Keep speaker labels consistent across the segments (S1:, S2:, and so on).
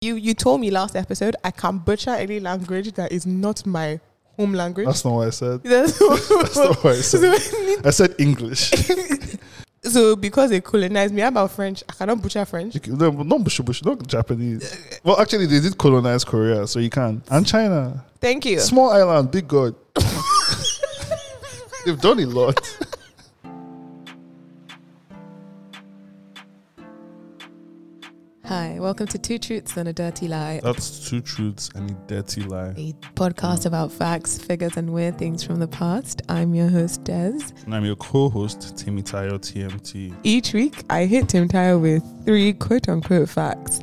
S1: You you told me last episode I can butcher any language that is not my home language.
S2: That's not what I said.
S1: That's
S2: That's not what I said. I said English.
S1: so because they colonized me, how about French? I cannot butcher French.
S2: You can- no, but not bushu bushu, not Japanese. Well, actually, they did colonize Korea, so you can. And China.
S1: Thank you.
S2: Small island, big God. They've done a lot.
S3: Hi, welcome to Two Truths and a Dirty Lie,
S4: That's two truths and a dirty lie.
S3: a podcast about facts, figures, and weird things from the past. I'm your host, Des.
S4: And I'm your co-host, Timmy Tayo TMT.
S1: Each week I hit Tim Tyler with three quote unquote facts,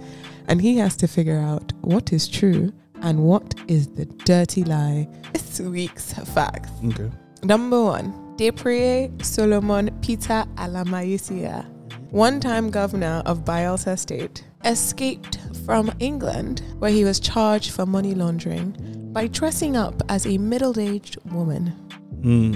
S1: and he has to figure out what is true and what is the dirty lie. This week's facts.
S4: Okay.
S1: Number one, Deprie Solomon Peter Alamayisia, one time governor of Bielsa State, escaped from England where he was charged for money laundering by dressing up as a middle aged woman.
S4: Mm.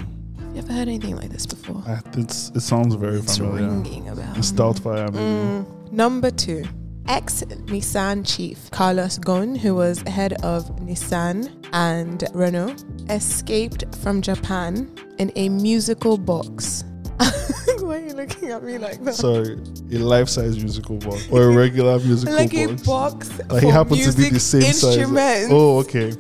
S1: You ever heard anything like this before?
S2: I- It's, it sounds very
S1: It's
S2: familiar.
S1: ringing a bell.
S2: It's Doubtfire, maybe.
S1: Mm. Number two, ex Nissan chief Carlos Ghosn, who was head of Nissan and Renault, escaped from Japan in a musical box. Why are you looking at me like that?
S2: Sorry, a life-size musical box or a regular musical
S1: like a
S2: box.
S1: box for
S2: Like, he happened to
S1: music
S2: be the same size.
S1: instruments.
S2: Oh, okay.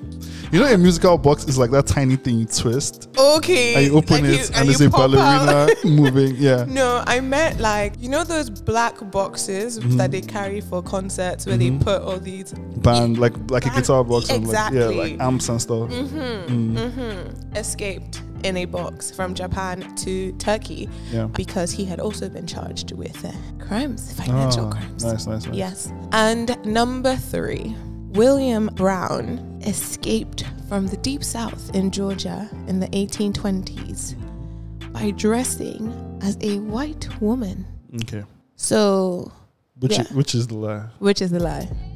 S2: You know, a musical box is like that tiny thing you twist
S1: Okay.
S2: and Oh. you open
S1: Like
S2: it, and, it's
S1: you
S2: a
S1: pop out.
S2: ballerina moving. Yeah.
S1: No, I meant like you know those black boxes
S2: Mm-hmm.
S1: that they carry for concerts where
S2: Mhm.
S1: they put all these
S2: band like like
S1: Band-
S2: a guitar box and like yeah
S1: exactly.
S2: like amps and stuff
S1: Mm-hmm.
S2: Mm.
S1: Mm-hmm. Escaped in a box from Japan to Turkey
S2: yeah
S1: because he had also been charged with uh, crimes, financial
S2: Ah,
S1: crimes.
S2: nice nice, nice.
S1: Yes. And number three, William Brown escaped from the deep south in Georgia in the 1820s by dressing as a white woman.
S2: okay
S1: So,
S2: which
S1: Yeah.
S2: is, which is the lie
S1: which is the lie?